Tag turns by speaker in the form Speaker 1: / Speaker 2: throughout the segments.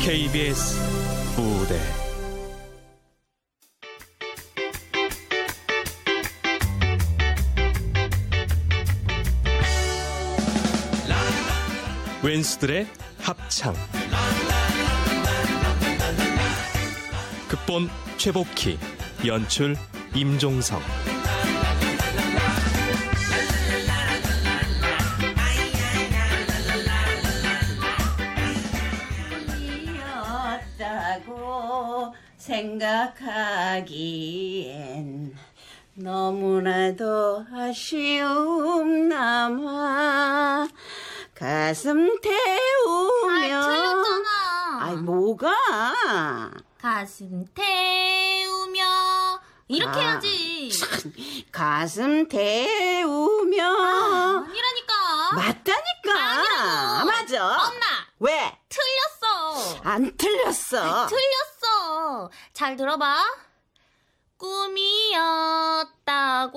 Speaker 1: KBS 무대 웬스들의 합창 극본 최복희 연출 임종성
Speaker 2: 이었다고 생각하기엔 너무나도 아쉬움 남아 가슴
Speaker 3: 아이
Speaker 2: 태우며
Speaker 3: 틀렸잖아.
Speaker 2: 아이, 뭐가
Speaker 3: 가슴 태우며 이렇게
Speaker 2: 아.
Speaker 3: 해야지.
Speaker 2: 가슴 태우며
Speaker 3: 아니라니까.
Speaker 2: 맞다니까
Speaker 3: 아, 아니라고.
Speaker 2: 맞아
Speaker 3: 엄마
Speaker 2: 왜?
Speaker 3: 틀렸어.
Speaker 2: 안 틀렸어
Speaker 3: 틀렸어. 잘 들어봐. 꿈이었다고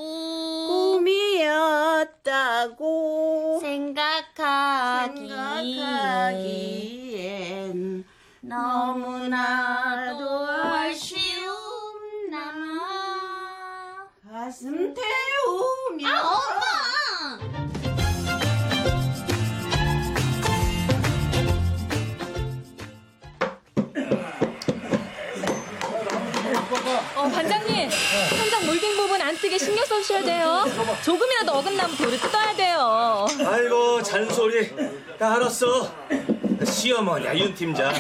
Speaker 2: 꿈이었다고
Speaker 3: 생각하기.
Speaker 2: 생각하기엔
Speaker 3: 너무나도
Speaker 2: 너무나도
Speaker 3: 아쉬움 남아.
Speaker 2: 가슴 태우며
Speaker 3: 아, 엄마!
Speaker 4: 어, 반장님, 현장 몰딩 부분 안 뜨게 신경 써주셔야 돼요. 조금이라도 어긋나면 돌을 뜯어야 돼요.
Speaker 5: 아이고 잔소리 나 알았어 시어머니야 윤 팀장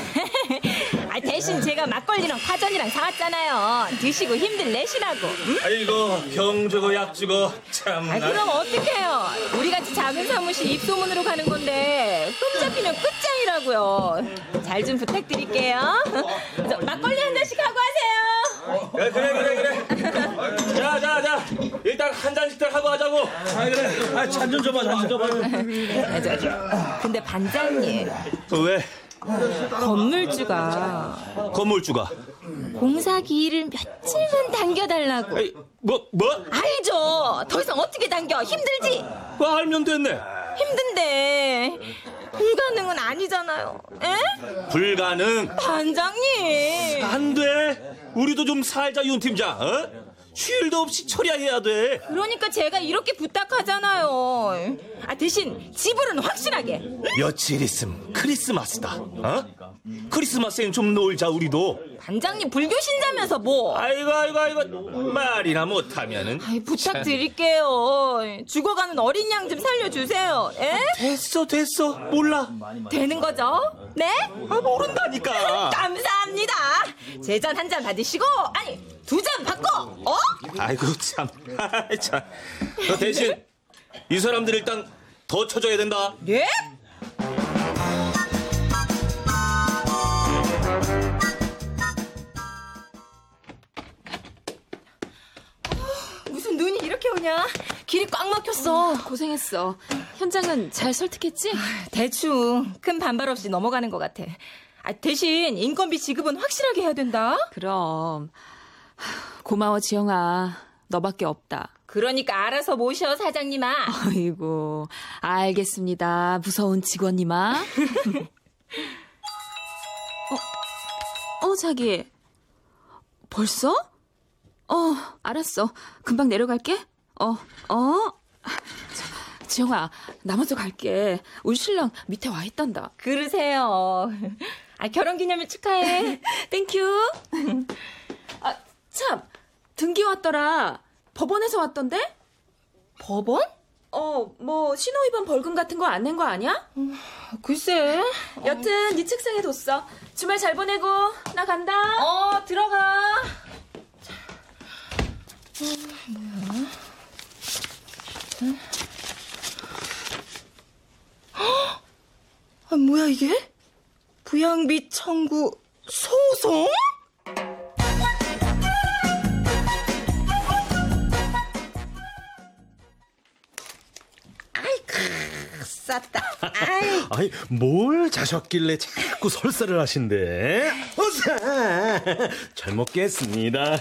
Speaker 4: 아, 대신 제가 막걸리랑 파전이랑 사왔잖아요. 드시고 힘들 내시라고. 음?
Speaker 5: 아이고 병 주고 약 주고 참나
Speaker 4: 아, 그럼 어떡해요? 우리 같이 작은 사무실 입소문으로 가는 건데 흠 잡히면 끝장이라고요. 잘 좀 부탁드릴게요. 저, 막걸리 한 잔씩 하고 하세요.
Speaker 5: 야, 그래 그래 그래 자자자 일단 한 잔씩 들 하고 하자고 아 그래 아잔 좀 줘봐 잔 좀 줘봐
Speaker 4: 아, 저, 저, 근데 반장님,
Speaker 5: 왜
Speaker 4: 건물주가
Speaker 5: 건물주가
Speaker 4: 공사 기일을 며칠만 당겨달라고.
Speaker 5: 에이 뭐뭐
Speaker 4: 알죠. 더 이상 어떻게 당겨? 힘들지?
Speaker 5: 뭐 알면 됐네
Speaker 4: 힘든데. 불가능은 아니잖아요. 에?
Speaker 5: 불가능
Speaker 4: 반장님.
Speaker 5: 안돼 우리도 좀 살자 윤 팀장 어? 쉴도 없이 처리해야 돼
Speaker 4: 그러니까 제가 이렇게 부탁하잖아요. 아, 대신 지불은 확실하게.
Speaker 5: 며칠 있음 크리스마스다 어? 크리스마스엔 좀 놀자 우리도
Speaker 4: 반장님 불교 신자면서 뭐.
Speaker 5: 아이고 아이고 아이고 말이나 못하면은
Speaker 4: 아이, 부탁드릴게요. 죽어가는 어린 양 좀 살려주세요. 에?
Speaker 5: 됐어 됐어 몰라
Speaker 4: 되는 거죠? 네?
Speaker 5: 아 모른다니까
Speaker 4: 감사합니다. 제 잔 한 잔 받으시고, 아니, 두 잔 받고, 어?
Speaker 5: 아이고 참참너 대신 이 사람들 일단 더 쳐줘야 된다
Speaker 4: 예? 아, 무슨 눈이 이렇게 오냐? 길이 꽉 막혔어.
Speaker 6: 고생했어. 현장은 잘 설득했지?
Speaker 4: 아, 대충 큰 반발 없이 넘어가는 것 같아. 아, 대신 인건비 지급은 확실하게 해야 된다.
Speaker 6: 그럼. 하, 고마워, 지영아. 너밖에 없다.
Speaker 4: 그러니까 알아서 모셔 사장님아.
Speaker 6: 아이고, 알겠습니다. 무서운 직원님아. 어, 어, 자기. 벌써? 어, 알았어. 금방 내려갈게. 어, 어. 자, 지영아, 나 먼저 갈게. 우리 신랑 밑에 와 있단다.
Speaker 4: 그러세요. 아, 결혼기념일 축하해.
Speaker 6: 땡큐. 아, 참. 등기 왔더라. 법원에서 왔던데?
Speaker 4: 법원?
Speaker 6: 어, 뭐 신호위반 벌금 같은 거 안 낸 거 아니야?
Speaker 4: 음, 글쎄. 어.
Speaker 6: 여튼 네 책상에 뒀어. 주말 잘 보내고 나 간다.
Speaker 4: 어, 들어가. 아, 뭐야 이게? 부양비 청구 소송?
Speaker 2: 쌌다 아이
Speaker 7: 아니 뭘 자셨길래 자꾸 설사를 하신대? 어서 잘 먹겠습니다.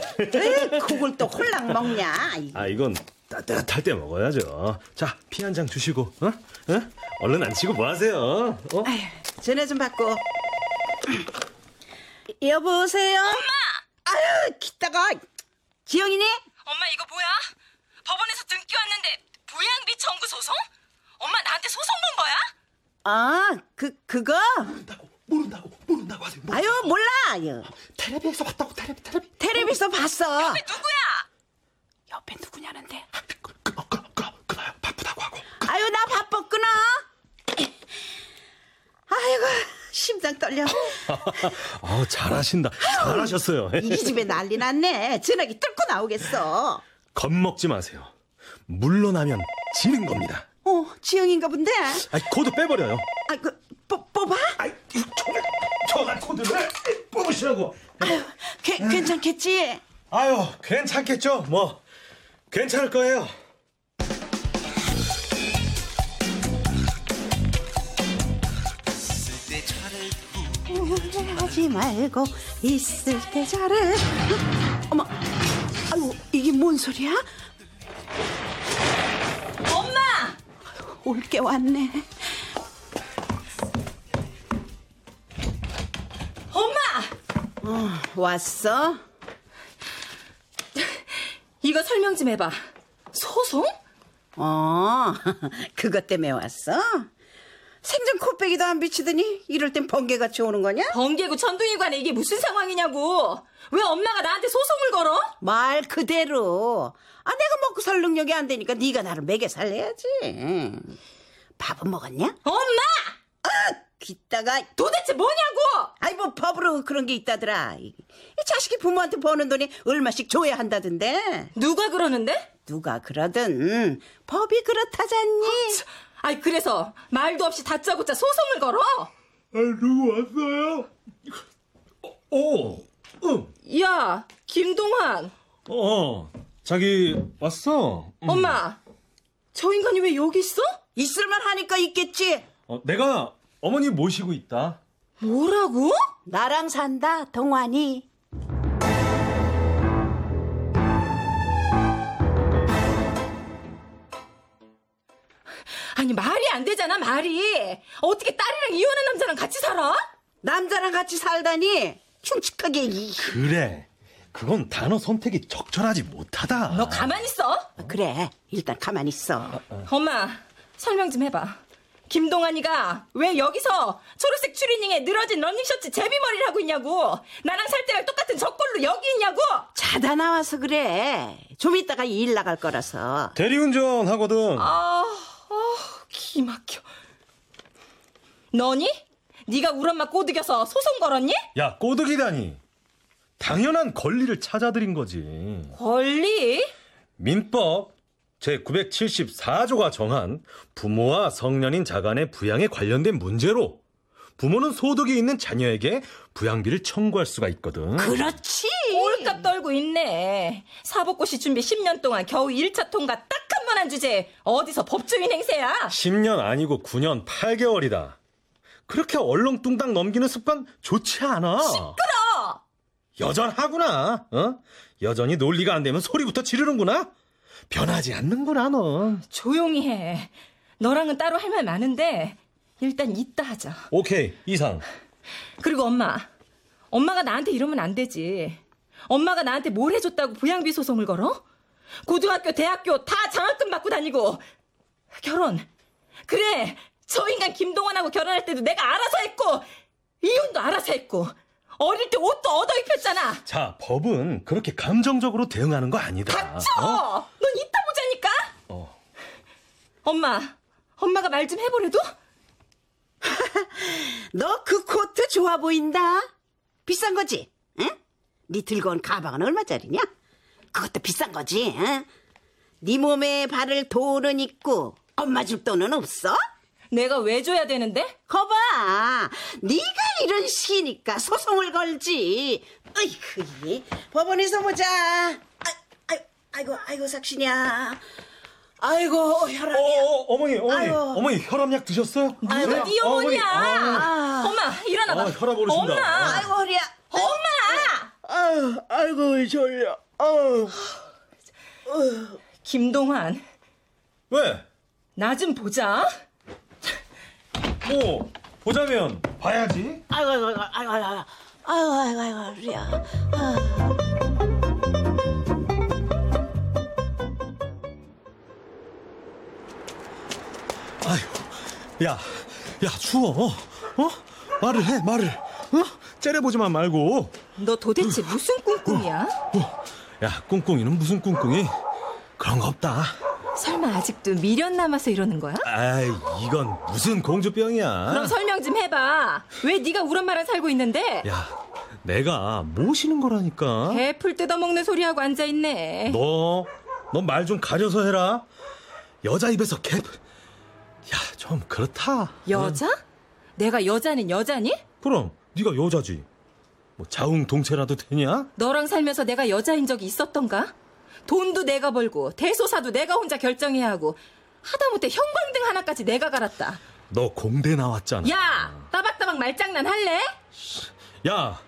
Speaker 2: 그걸 또 홀랑 먹냐 아이,
Speaker 7: 아 이건 따뜻할 때 먹어야죠. 자 피 한 장 주시고, 어? 어? 얼른 안 치고 뭐 하세요? 어?
Speaker 2: 전화 좀 받고 여보세요? 엄마! 아유, 기다가. 지영이네?
Speaker 4: 엄마 이거 뭐야? 법원에서 등기 왔는데 부양비 청구 소송? 엄마 나한테 소송 건 거야?
Speaker 2: 아, 그, 그거?
Speaker 8: 모른다고 모른다고 하세요 뭐,
Speaker 2: 아유, 몰라. 요.
Speaker 8: 텔레비에서 봤다고 텔레비 텔레비
Speaker 2: 텔레비서 봤어.
Speaker 4: 옆에 누구냐는데?
Speaker 8: 끊- 끊어 끊어 끊어 끊어요 그, 바쁘다고 하고
Speaker 2: 아유, 나 바빠, 끊어. 아이고, 심장 떨려.
Speaker 7: 아,
Speaker 9: 어, 잘하신다. 잘하셨어요.
Speaker 2: 이 집에 난리 났네. 전화기 뚫고 나오겠어.
Speaker 9: 겁먹지 마세요. 물러나면 지는 겁니다.
Speaker 2: 어, 지영인가 본데?
Speaker 9: 아, 코드 빼버려요.
Speaker 2: 아, 그, 뽑, 뽑아?
Speaker 8: 아이 이 저걸 저걸 코드를 뽑으시라고
Speaker 2: 괜- 괜찮겠지?
Speaker 9: 아유, 괜찮겠죠? 뭐, 괜찮을 거예요.
Speaker 2: 하지 말고 있을 때 잘해. 어머, 아유 이게 뭔 소리야?
Speaker 4: 엄마!
Speaker 2: 올 게 왔네.
Speaker 4: 엄마!
Speaker 2: 왔어?
Speaker 4: 이거 설명 좀 해봐. 소송?
Speaker 2: 어, 그것 때문에 왔어? 생전 코빼기도 안 비치더니 이럴 땐 번개같이 오는 거냐?
Speaker 4: 번개고 천둥이관에 이게 무슨 상황이냐고. 왜 엄마가 나한테 소송을 걸어?
Speaker 2: 말 그대로. 아, 내가 먹고 살 능력이 안 되니까 네가 나를 먹여 살려야지. 밥은 먹었냐?
Speaker 4: 엄마!
Speaker 2: 귀따가
Speaker 4: 도대체 뭐냐고!
Speaker 2: 아이 뭐 법으로 그런 게 있다더라. 이 이 자식이 부모한테 버는 돈이 얼마씩 줘야 한다던데.
Speaker 4: 누가 그러는데?
Speaker 2: 누가 그러든 법이 그렇다잖니.
Speaker 4: 아이 그래서 말도 없이 다짜고짜 소송을 걸어?
Speaker 8: 아 누구 왔어요?
Speaker 9: 어, 오, 응.
Speaker 4: 야 김동환
Speaker 9: 어, 자기 왔어?
Speaker 4: 엄마 저 인간이 왜 여기 있어?
Speaker 2: 있을만 하니까 있겠지.
Speaker 9: 어, 내가 어머니 모시고 있다.
Speaker 4: 뭐라고?
Speaker 2: 나랑 산다 동환이.
Speaker 4: 아니 말이 안 되잖아 말이 예, 어떻게 딸이랑 이혼한 남자랑 같이 살아?
Speaker 2: 남자랑 같이 살다니 흉측하게 이.
Speaker 9: 그래. 그건 단어 선택이 적절하지 못하다.
Speaker 4: 너 가만히 있어
Speaker 2: 아, 그래 일단 가만히 있어.
Speaker 4: 엄마 설명 좀 해봐 김동환이가 왜 여기서 초록색 추리닝에 늘어진 런닝셔츠 제비머리를 하고 있냐고 나랑 살 때랑 똑같은 저꼴로 여기 있냐고
Speaker 2: 자다 나와서 그래. 좀 이따가 일 나갈 거라서.
Speaker 9: 대리운전 하거든.
Speaker 4: 아, 아, 기막혀. 너니? 네가 우리 엄마 꼬드겨서 소송 걸었니?
Speaker 9: 야, 꼬드기다니. 당연한 권리를 찾아드린 거지.
Speaker 4: 권리?
Speaker 9: 민법 제974조가 정한 부모와 성년인 자간의 부양에 관련된 문제로 부모는 소득이 있는 자녀에게 부양비를 청구할 수가 있거든.
Speaker 2: 그렇지.
Speaker 4: 꼴값 떨고 있네. 사법고시 준비 10년 동안 겨우 1차 통과 딱 한 번 한 주제 어디서 법조인 행세야?
Speaker 9: 10년 아니고 9년 8개월이다. 그렇게 얼렁뚱땅 넘기는 습관 좋지 않아. 시끄러. 여전하구나. 어? 여전히 논리가 안 되면 소리부터 지르는구나. 변하지 않는구나 넌.
Speaker 4: 조용히 해. 너랑은 따로 할 말 많은데 일단 이따 하자.
Speaker 9: 오케이 이상.
Speaker 4: 그리고 엄마. 엄마가 나한테 이러면 안 되지. 엄마가 나한테 뭘 해줬다고 부양비 소송을 걸어? 고등학교, 대학교 다 장학금 받고 다니고. 결혼. 그래. 저 인간 김동원하고 결혼할 때도 내가 알아서 했고, 이혼도 알아서 했고, 어릴 때 옷도 얻어 입혔잖아.
Speaker 9: 자 법은 그렇게 감정적으로 대응하는 거 아니다.
Speaker 4: 닥쳐!
Speaker 9: 어?
Speaker 4: 넌 이따 보자니까?
Speaker 9: 어.
Speaker 4: 엄마. 엄마가 말 좀 해보래도?
Speaker 2: 너 그 코트 좋아 보인다. 비싼 거지? 응? 네 들고 온 가방은 얼마짜리냐? 그것도 비싼 거지? 응? 네 몸에 바를 돈은 있고 엄마 줄 돈은 없어?
Speaker 4: 내가 왜 줘야 되는데?
Speaker 2: 거봐, 네가 이런 시니까 소송을 걸지. 어이구, 이. 법원에서 보자. 아, 아이, 아이고, 아이고, 삭신이야. 아이고, 혈압.
Speaker 9: 어, 어, 어머니, 어머니,
Speaker 2: 아유.
Speaker 9: 어머니 혈압약 아, 드셨어요?
Speaker 4: 누가 네
Speaker 9: 어머니,
Speaker 4: 어머니야! 엄마, 일어나봐.
Speaker 9: 아, 혈압 오르신다. 어.
Speaker 4: 엄마!
Speaker 2: 아이고, 허리야.
Speaker 4: 엄마!
Speaker 2: 어? 아유, 아이고, 졸려. 아유.
Speaker 4: 김동환,
Speaker 9: 왜?
Speaker 4: 나 좀 보자.
Speaker 9: 뭐 보자면 봐야지.
Speaker 2: 아이고, 아이고, 아이고, 아이고, 아이고, 아유 아유 아유 우리야.
Speaker 9: 아휴, 야, 야, 추워. 어? 말을 해, 말을. 어? 째려보지만 말고.
Speaker 4: 너 도대체 무슨 꿍꿍이야?
Speaker 9: 어. 야, 꿍꿍이는 무슨 꿍꿍이? 그런 거 없다.
Speaker 4: 설마 아직도 미련 남아서 이러는 거야?
Speaker 9: 아이, 이건 무슨 공주병이야.
Speaker 4: 그럼 설명 좀 해봐. 왜 네가 우리 엄마랑 살고 있는데?
Speaker 9: 야, 내가 모시는 거라니까.
Speaker 4: 개풀 뜯어먹는 소리하고 앉아있네.
Speaker 9: 너, 너 말 좀 가려서 해라. 여자 입에서 캡. 야, 좀 그렇다.
Speaker 4: 여자? 내가 여자는 여자니?
Speaker 9: 그럼 네가 여자지. 뭐 자웅동체라도 되냐?
Speaker 4: 너랑 살면서 내가 여자인 적이 있었던가? 돈도 내가 벌고 대소사도 내가 혼자 결정해야 하고 하다못해 형광등 하나까지 내가 갈았다.
Speaker 9: 너 공대 나왔잖아.
Speaker 4: 야, 따박따박 말장난 할래?
Speaker 9: 야,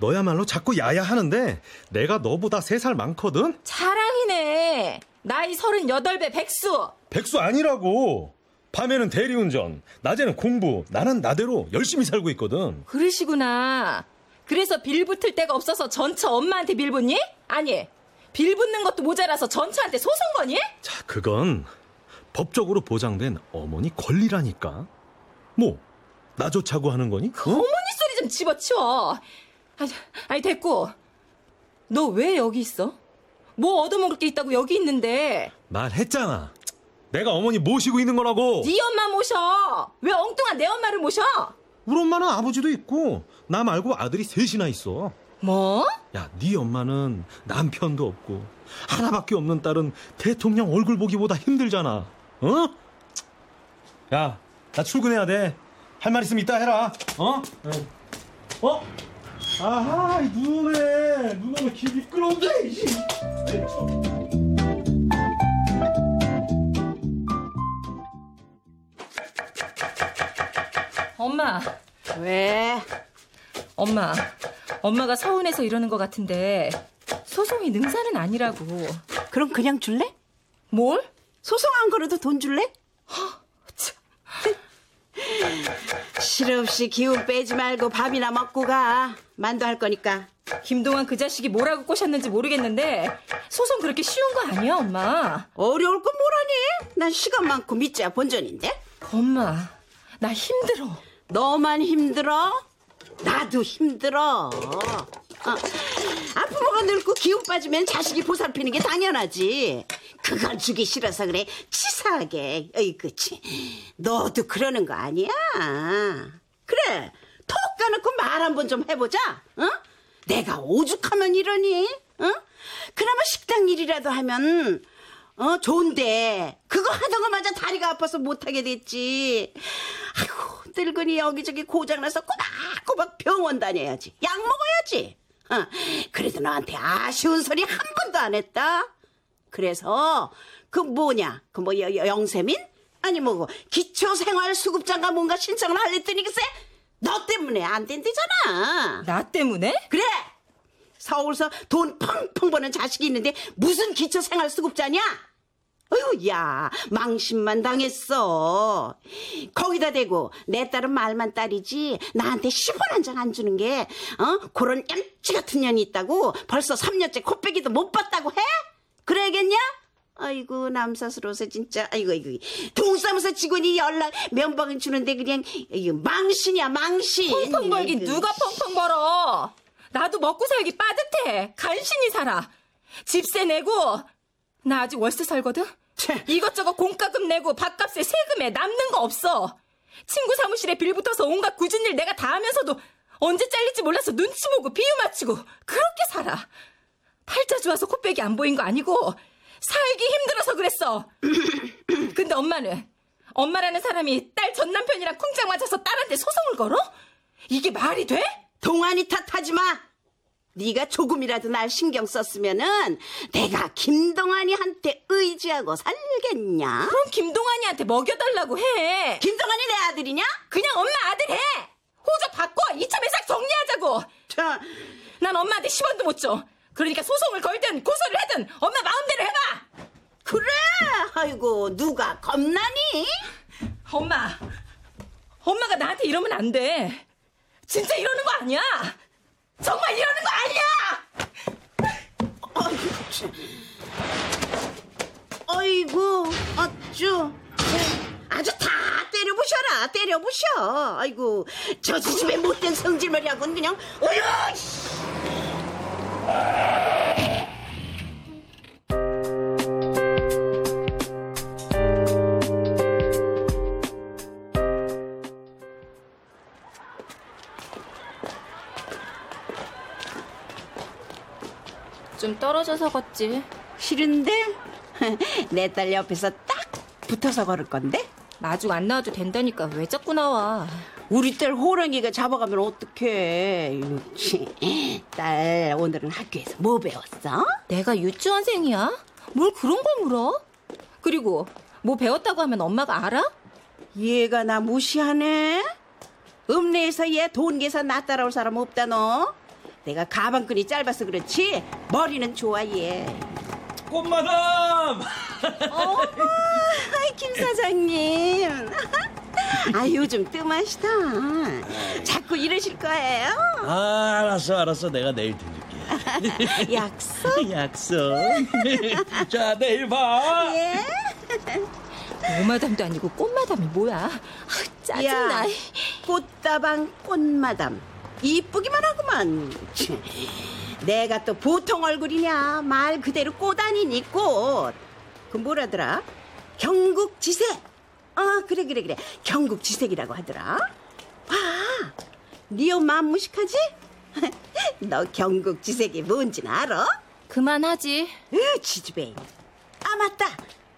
Speaker 9: 너야말로 자꾸 야야 하는데 내가 너보다 세 살 많거든.
Speaker 4: 자랑이네. 나이 38배 백수.
Speaker 9: 백수 아니라고. 밤에는 대리운전, 낮에는 공부, 나는 나대로 열심히 살고 있거든.
Speaker 4: 그러시구나. 그래서 빌붙을 데가 없어서 전처 엄마한테 빌붙니? 아니, 빌붙는 것도 모자라서 전처한테 소송 거니?
Speaker 9: 자, 그건 법적으로 보장된 어머니 권리라니까. 뭐, 나 좋자고 하는 거니? 어?
Speaker 4: 어머니 소리 좀 집어치워. 아니, 아니 됐고. 너 왜 여기 있어? 뭐 얻어먹을 게 있다고 여기 있는데
Speaker 9: 말했잖아. 내가 어머니 모시고 있는 거라고.
Speaker 4: 네 엄마 모셔. 왜 엉뚱한 내 엄마를 모셔?
Speaker 9: 우리 엄마는 아버지도 있고 나 말고 아들이 셋이나 있어.
Speaker 4: 뭐?
Speaker 9: 야, 네 엄마는 남편도 없고 하나밖에 없는 딸은 대통령 얼굴 보기보다 힘들잖아. 어? 야, 나 출근해야 돼. 할 말 있으면 이따 해라. 어? 어? 아하, 이 눈에 눈 오면 길 미끄러운데. 이씨. 네,
Speaker 4: 엄마,
Speaker 2: 왜?
Speaker 4: 엄마, 엄마가 서운해서 이러는 것 같은데 소송이 능사는 아니라고.
Speaker 2: 그럼 그냥 줄래?
Speaker 4: 뭘?
Speaker 2: 소송 안 걸어도 돈 줄래? 아, 실없이 기운 빼지 말고 밥이나 먹고 가. 만두 할 거니까.
Speaker 4: 김동완 그 자식이 뭐라고 꼬셨는지 모르겠는데 소송 그렇게 쉬운 거 아니야, 엄마.
Speaker 2: 어려울 건 뭐라니? 난 시간 많고 밑자 본전인데.
Speaker 4: 엄마, 나 힘들어.
Speaker 2: 너만 힘들어? 나도 힘들어. 어. 아프모가 늙고 기운 빠지면 자식이 보살피는 게 당연하지. 그걸 주기 싫어서 그래. 치사하게. 어이, 그치. 너도 그러는 거 아니야. 그래. 톡 까놓고 말 한 번 좀 해보자. 응? 내가 오죽하면 이러니? 응? 그나마 식당 일이라도 하면 어, 좋은데. 그거 하던 거마저 다리가 아파서 못하게 됐지. 아이고, 늙은이 여기저기 고장나서 꼬박꼬박 병원 다녀야지. 약 먹어야지. 어, 그래도 너한테 아쉬운 소리 한 번도 안 했다. 그래서, 그 뭐냐, 그 뭐, 여- 여- 영세민? 아니, 뭐고, 그 기초생활수급장가 뭔가 신청을 하랬더니 글쎄, 너 때문에 안 된대잖아.
Speaker 4: 나 때문에?
Speaker 2: 그래! 서울서 돈 펑펑 버는 자식이 있는데 무슨 기초생활수급자냐? 어휴, 야, 망신만 당했어. 거기다 대고, 내 딸은 말만 딸이지, 나한테 10원 한 장 안 주는 게, 어? 그런 얌치 같은 년이 있다고 벌써 3년째 코빼기도 못 봤다고 해? 그래야겠냐? 아이고, 남사스러워서 진짜, 아이고, 아이고. 동사무소 직원이 연락, 면박은 주는데 그냥, 이거 망신이야, 망신.
Speaker 4: 펑펑 벌긴
Speaker 2: 아이고.
Speaker 4: 누가 펑펑 벌어? 나도 먹고 살기 빠듯해. 간신히 살아. 집세 내고 나 아직 월세 살거든.
Speaker 2: 참.
Speaker 4: 이것저것 공과금 내고 밥값에 세금에 남는 거 없어. 친구 사무실에 빌 붙어서 온갖 굳은 일 내가 다 하면서도 언제 잘릴지 몰라서 눈치 보고 비유 맞추고 그렇게 살아. 팔자 좋아서 코빼기 안 보인 거 아니고 살기 힘들어서 그랬어. 근데 엄마는 엄마라는 사람이 딸 전 남편이랑 쿵짝 맞아서 딸한테 소송을 걸어? 이게 말이 돼?
Speaker 2: 동안이 탓하지 마. 네가 조금이라도 날 신경 썼으면은 내가 김동안이한테 의지하고 살겠냐?
Speaker 4: 그럼 김동환이한테 먹여달라고 해.
Speaker 2: 김동안이 내 아들이냐?
Speaker 4: 그냥 엄마 아들 해. 호적 바꿔. 이참에 싹 정리하자고.
Speaker 2: 자,
Speaker 4: 난 엄마한테 10원도 못 줘. 그러니까 소송을 걸든 고소를 하든 엄마 마음대로 해봐.
Speaker 2: 그래. 아이고 누가 겁나니?
Speaker 4: 엄마. 엄마가 나한테 이러면 안 돼. 진짜 이러는 거 아니야.
Speaker 10: 정말 이러는 거 아니야!
Speaker 2: 아이고, 참. 어이구, 어쭈. 아주 다 때려부셔라, 때려부셔. 아이고, 저 집에 못된 성질머리하고는 그냥, 어휴, 씨.
Speaker 4: 좀 떨어져서 걷지.
Speaker 2: 싫은데? 내 딸 옆에서 딱 붙어서 걸을 건데?
Speaker 4: 마중 안 나와도 된다니까 왜 자꾸 나와.
Speaker 2: 우리 딸 호랑이가 잡아가면 어떡해. 딸, 오늘은 학교에서 뭐 배웠어?
Speaker 4: 내가 유치원생이야? 뭘 그런 걸 물어? 그리고 뭐 배웠다고 하면 엄마가 알아?
Speaker 2: 얘가 나 무시하네? 읍내에서 얘 돈 계산 나 따라올 사람 없다, 너? 내가 가방끈이 짧아서 그렇지? 머리는 좋아, 얘.
Speaker 5: 꽃마담!
Speaker 2: 아이, 김 사장님. 아, 요즘 뜸하시다. 자꾸 이러실 거예요.
Speaker 5: 아, 알았어, 알았어. 내가 내일 들릴게.
Speaker 2: 약속.
Speaker 5: 약속. 자, 내일 봐.
Speaker 2: 예.
Speaker 4: 오마담도 아니고 꽃마담이 뭐야? 아, 짜증나.
Speaker 2: 야, 꽃다방 꽃마담. 이쁘기만 하구만. 내가 또 보통 얼굴이냐. 말 그대로 꽃 아니니 꽃. 그 뭐라더라? 경국지색. 아, 그래, 그래, 그래. 경국지색이라고 하더라. 봐. 니엄 마음 무식하지? 너 경국지색이 뭔진 알아?
Speaker 4: 그만하지.
Speaker 2: 으, 지지배인. 아, 맞다.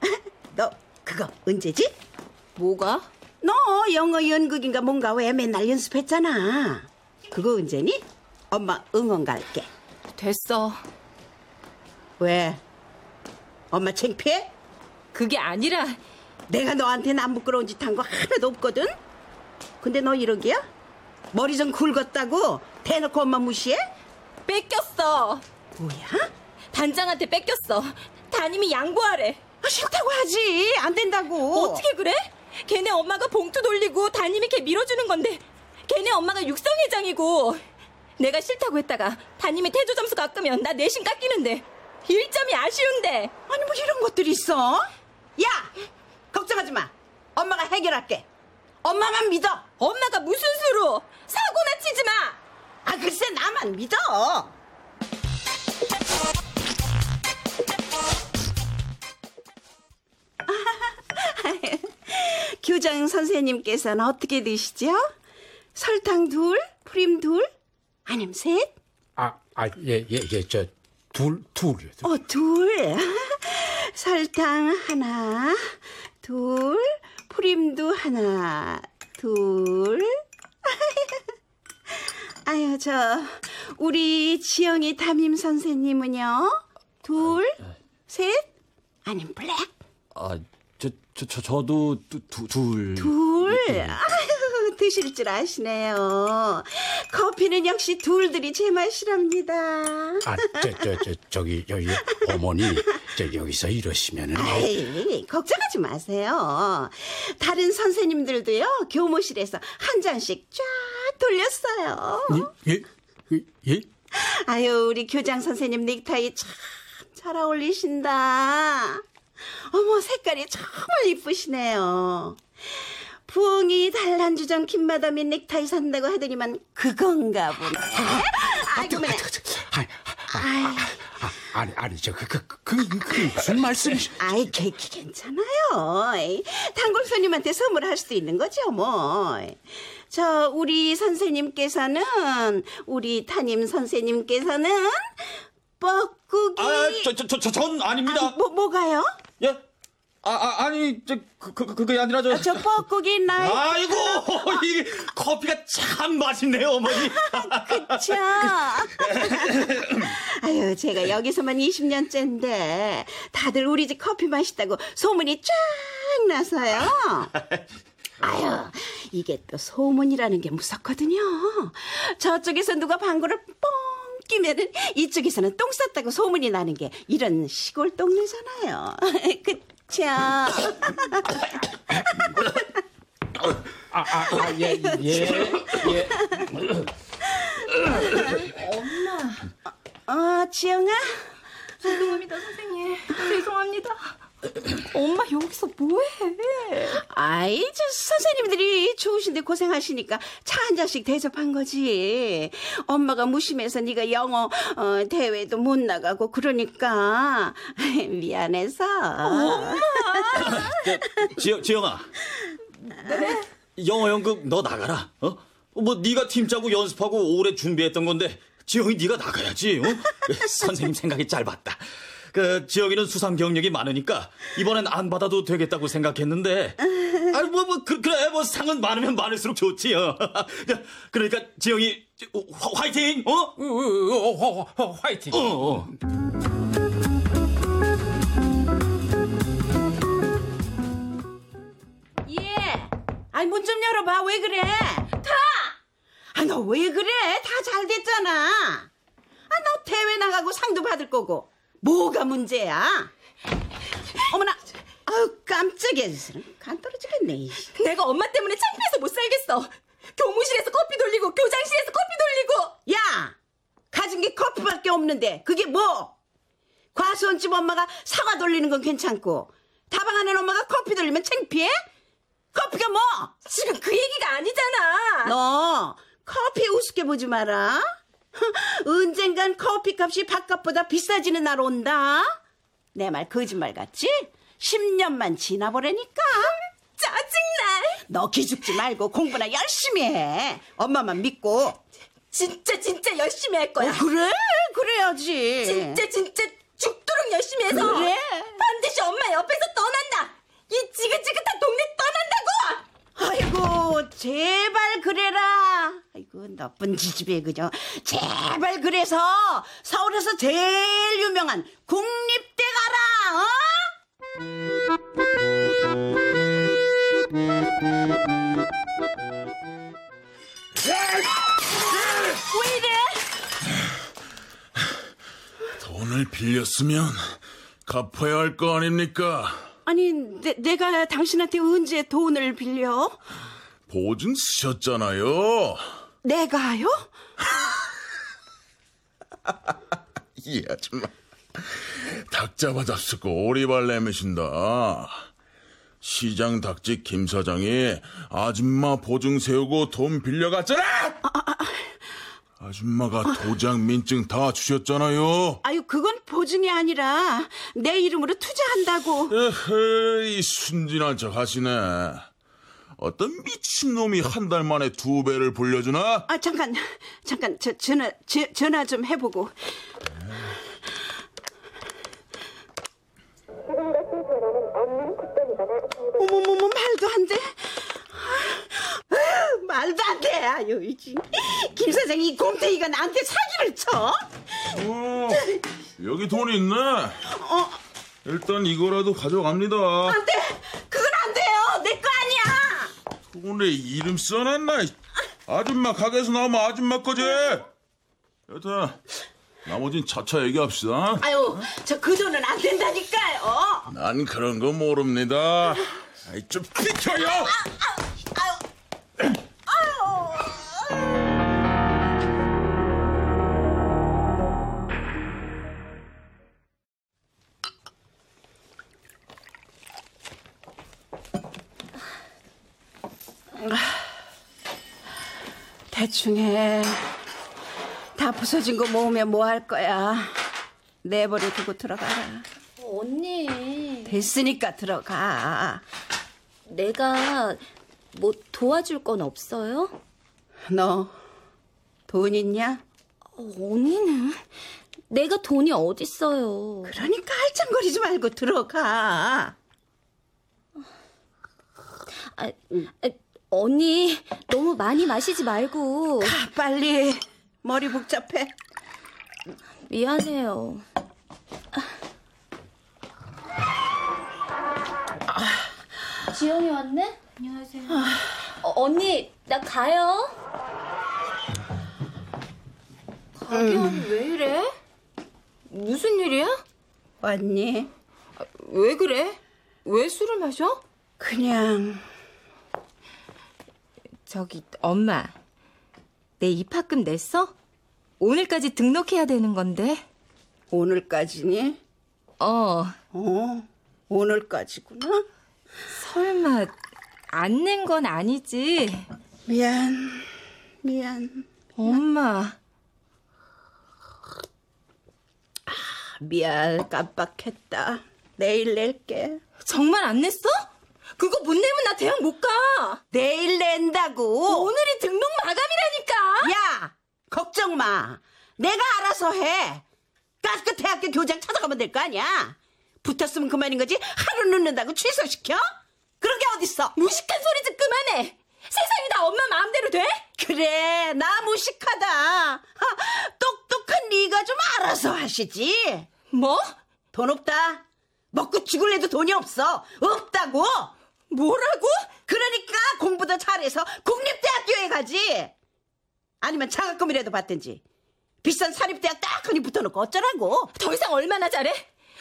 Speaker 2: 너 그거 언제지?
Speaker 4: 뭐가?
Speaker 2: 너 영어 연극인가 뭔가 왜 맨날 연습했잖아. 그거 언제니? 엄마 응원 갈게.
Speaker 4: 됐어.
Speaker 2: 왜? 엄마 창피해?
Speaker 4: 그게 아니라
Speaker 2: 내가 너한테는 안 부끄러운 짓 한 거 하나도 없거든? 근데 너 이러기야? 머리 좀 굵었다고 대놓고 엄마 무시해?
Speaker 4: 뺏겼어.
Speaker 2: 뭐야?
Speaker 4: 단장한테 뺏겼어. 담임이 양보하래.
Speaker 2: 아, 싫다고 하지. 안 된다고.
Speaker 4: 어떻게 그래? 걔네 엄마가 봉투 돌리고 담임이 걔 밀어주는 건데 걔네 엄마가 육성회장이고 내가 싫다고 했다가 담임이 태조 점수 깎으면 나 내신 깎이는데 1점이 아쉬운데
Speaker 2: 아니 뭐 이런 것들이 있어? 야! 걱정하지 마. 엄마가 해결할게. 엄마만 믿어.
Speaker 4: 엄마가 무슨 수로 사고나 치지 마!
Speaker 2: 아 글쎄 나만 믿어. 교장 선생님께서는 어떻게 드시죠? 설탕 둘, 프림 둘, 아님 셋?
Speaker 11: 아, 아, 예, 예, 예, 저, 둘, 둘이요.
Speaker 2: 어, 둘. 설탕 하나, 둘, 프림도 하나, 둘. 아유, 저, 우리 지영이 담임 선생님은요? 둘, 셋, 아님 블랙,
Speaker 5: 아, 저, 저, 저 저도 두, 두, 둘.
Speaker 2: 둘. 아유, 드실 줄 아시네요. 커피는 역시 둘들이 제맛이랍니다.
Speaker 11: 아, 저, 저, 저, 저기, 여기, 어머니, 저, 여기서 이러시면은.
Speaker 2: 아, 예. 에이, 걱정하지 마세요. 다른 선생님들도요, 교무실에서 한 잔씩 쫙 돌렸어요.
Speaker 11: 예? 예? 예?
Speaker 2: 아유, 우리 교장 선생님 넥타이 참 잘 어울리신다. 어머, 색깔이 정말 이쁘시네요. 부엉이 달란주정 김마담이 넥타이 산다고 하더니만 그건가 보네. 아이고,
Speaker 11: 뜨거,
Speaker 2: 어머나.
Speaker 11: 뜨거, 뜨거. 아니, 아, 아, 아, 아니, 아니, 저, 그, 그, 그, 그, 그 무슨 말씀이시?
Speaker 2: 아이 케이크 괜찮아요. 에이, 단골 손님한테 선물할 수도 있는 거죠 뭐. 저 우리 선생님께서는 우리 담임 선생님께서는 뻐꾸기.
Speaker 5: 아, 저, 저, 저, 저, 전 아닙니다.
Speaker 2: 아, 뭐 뭐가요?
Speaker 5: 예? 아, 아, 아니, 저, 그, 그, 그게 아니라 저.
Speaker 2: 저 뻐꾸기 날
Speaker 5: 아이고, 이 커피가 참 맛있네요, 어머니.
Speaker 2: 그쵸? 아유, 제가 여기서만 20년째인데, 다들 우리 집 커피 맛있다고 소문이 쫙 나서요. 아유, 이게 또 소문이라는 게 무섭거든요. 저쪽에서 누가 방구를 뻥 끼면은 이쪽에서는 똥 쌌다고 소문이 나는 게 이런 시골 동네잖아요. 그쵸?
Speaker 11: 아, 아, 아, 예, 예, 예.
Speaker 2: 어, 지영아.
Speaker 4: 죄송합니다, 선생님. 죄송합니다. 엄마 여기서 뭐해?
Speaker 2: 아이, 저 선생님들이 좋으신데 고생하시니까 차 한 잔씩 대접한 거지. 엄마가 무심해서 네가 영어 어, 대회도 못 나가고 그러니까 미안해서.
Speaker 11: 지, 지영아. 영어 연극 너 나가라. 어? 뭐 네가 팀 짜고 연습하고 오래 준비했던 건데 지영이 네가 나가야지. 어? 선생님 생각이 짧았다. 그 지영이는 수상 경력이 많으니까 이번엔 안 받아도 되겠다고 생각했는데 아니 뭐뭐 그, 래뭐 상은 많으면 많을수록 좋지 어. 그러니까 지영이 화- 화이팅 어?
Speaker 12: 어, 어, 어, 어, 화이팅.
Speaker 11: 어, 어.
Speaker 2: 예. 아니 문 좀 열어봐. 왜 그래? 다. 아너 왜 그래? 다 잘 됐잖아. 아 너 대회 나가고 상도 받을 거고 뭐가 문제야? 어머나. 아유 깜짝이야. 이 사람. 간 떨어지겠네. 이 씨.
Speaker 4: 내가 엄마 때문에 창피해서 못 살겠어. 교무실에서 커피 돌리고 교장실에서 커피 돌리고
Speaker 2: 야! 가진 게 커피밖에 없는데 그게 뭐? 과수원집 엄마가 사과 돌리는 건 괜찮고 다방하는 엄마가 커피 돌리면 창피해? 커피가 뭐?
Speaker 4: 지금 그 얘기가 아니잖아.
Speaker 2: 너 커피 우습게 보지 마라. 언젠간 커피값이 바깥보다 비싸지는 날 온다. 내 말 거짓말 같지? 10년만 지나보라니까.
Speaker 4: 짜증나.
Speaker 2: 너 기죽지 말고 공부나 열심히 해. 엄마만 믿고.
Speaker 4: 진짜 진짜 열심히 할
Speaker 2: 어,
Speaker 4: 거야.
Speaker 2: 그래? 그래야지.
Speaker 4: 진짜 진짜 죽도록 열심히 해서
Speaker 2: 그래.
Speaker 4: 반드시 엄마 옆에서 떠난다. 이 지긋지긋한 동네 떠난다고.
Speaker 2: 아이고 제발 그래라 아이고 나쁜 지집애 그죠 제발 그래서 서울에서 제일 유명한 국립대 가라 어? 왜 이래
Speaker 8: 돈을 빌렸으면 갚아야 할 거 아닙니까?
Speaker 2: 아니 내, 내가 당신한테 언제 돈을 빌려
Speaker 8: 보증 쓰셨잖아요.
Speaker 2: 내가요
Speaker 8: 이 아줌마. 닭 잡아 잡수고 오리발 내미신다. 시장 닭집 김 사장이 아줌마 보증 세우고 돈 빌려갔잖아! 아줌마가 도장 민증 다 주셨잖아요.
Speaker 2: 아유 그건 보증이 아니라 내 이름으로 투자한다고
Speaker 8: 에헤이, 이 순진한 척 하시네. 어떤 미친놈이 한 달 만에 두 배를 불려주나?
Speaker 2: 아 잠깐 잠깐 저, 전화 제- 전화 좀 해보고 어머머머 말도 안돼 아, 말도 안돼 아유 이지 김 사장이 곰탱이가 나한테 사기를 쳐
Speaker 8: 어, 여기 돈 있네. 어. 일단 이거라도 가져갑니다.
Speaker 2: 안돼 그건 안 돼요 내 거 아니야
Speaker 8: 오늘 이름 써놨나? 이- 아줌마 가게에서 나오면 아줌마 거지. 여튼 나머진 차차 얘기합시다.
Speaker 2: 아유 저 그 돈은 안 된다니까요
Speaker 8: 난 그런 거 모릅니다. 아이, 좀 비켜요.
Speaker 2: 대충 해. 다 부서진 거 모으면 뭐 할 거야. 내버려 두고 들어가라.
Speaker 6: 언니,
Speaker 2: 됐으니까 들어가.
Speaker 6: 내가 뭐 도와줄 건 없어요?
Speaker 2: 너 돈 있냐?
Speaker 6: 언니는 내가 돈이 어딨어요.
Speaker 2: 그러니까 할창거리지 말고 들어가.
Speaker 6: 아,
Speaker 2: 음.
Speaker 6: 아, 언니 너무 많이 마시지 말고
Speaker 2: 가, 빨리. 머리 복잡해.
Speaker 6: 미안해요.
Speaker 3: 지영이 왔네? 안녕하세요.
Speaker 6: 어, 언니 나 가요.
Speaker 2: 음.
Speaker 4: 가기현이 왜 이래? 무슨 일이야?
Speaker 2: 왔니?
Speaker 4: 왜 그래? 왜 술을 마셔?
Speaker 2: 그냥
Speaker 4: 저기 엄마, 내 입학금 냈어? 오늘까지 등록해야 되는 건데.
Speaker 2: 오늘까지니?
Speaker 4: 어,
Speaker 2: 어, 오늘까지구나.
Speaker 4: 설마 안 낸 건 아니지?
Speaker 2: 미안, 미안,
Speaker 4: 엄마,
Speaker 2: 미안, 깜빡했다. 내일 낼게.
Speaker 4: 정말 안 냈어? 그거 못 내면 나 대학 못 가.
Speaker 2: 내일 낸다고.
Speaker 4: 오늘이 등록 마감이라니까.
Speaker 2: 야, 걱정 마. 내가 알아서 해. 까스크 대학교 교장 찾아가면 될 거 아니야. 붙었으면 그만인 거지. 하루 늦는다고 취소시켜? 그런 게 어딨어?
Speaker 4: 무식한 소리 좀 그만해. 세상이 다 엄마 마음대로 돼?
Speaker 2: 그래, 나 무식하다. 하, 똑똑한 네가 좀 알아서 하시지.
Speaker 4: 뭐?
Speaker 2: 돈 없다. 먹고 죽을래도 돈이 없어. 없다고.
Speaker 4: 뭐라고?
Speaker 2: 그러니까 공부 더 잘해서 국립대학교에 가지. 아니면 장학금이라도 받든지. 비싼 사립대학 딱 하니 붙어놓고 어쩌라고.
Speaker 4: 더 이상 얼마나 잘해?